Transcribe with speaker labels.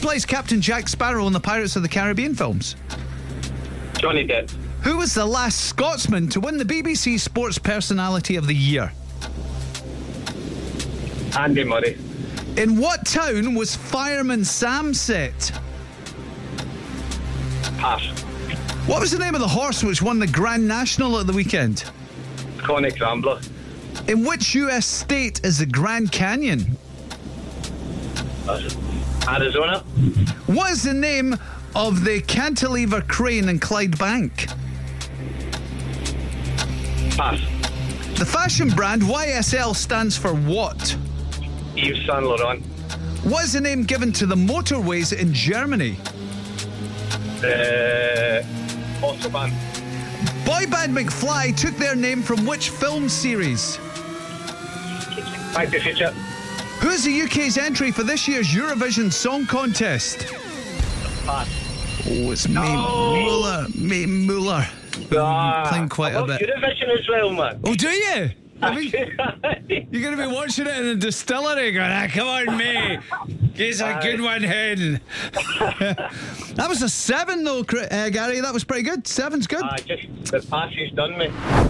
Speaker 1: plays Captain Jack Sparrow in the Pirates of the Caribbean films?
Speaker 2: Johnny Depp.
Speaker 1: Who was the last Scotsman to win the BBC Sports Personality of the Year?
Speaker 2: Andy Murray.
Speaker 1: In what town was Fireman Sam set?
Speaker 2: Pass.
Speaker 1: What was the name of the horse which won the Grand National at the weekend?
Speaker 2: Connie Crambler.
Speaker 1: In which US state is the Grand Canyon?
Speaker 2: Pass. Arizona.
Speaker 1: What is the name of the cantilever crane in Clyde Bank?
Speaker 2: Pass.
Speaker 1: The fashion brand YSL stands for what?
Speaker 2: Yves Saint Laurent.
Speaker 1: What is the name given to the motorways in Germany?
Speaker 2: Uh, Autobahn.
Speaker 1: Boy band McFly took their name from which film series?
Speaker 2: Back to Future.
Speaker 1: Who's the UK's entry for this year's Eurovision Song Contest?
Speaker 2: Pass.
Speaker 1: Oh, it's Mae Muller. Mae Muller. playing quite
Speaker 2: I
Speaker 1: a
Speaker 2: love
Speaker 1: bit.
Speaker 2: Ah, Eurovision as well, man.
Speaker 1: Oh, do Ah. you? I mean, you're going to be watching it in a distillery going, ah, come on, Mae. Here's a good one, Hen. that was a seven, though, Cri- uh, Gary. That was pretty good. Seven's good.
Speaker 2: Ah, just the pass has done me.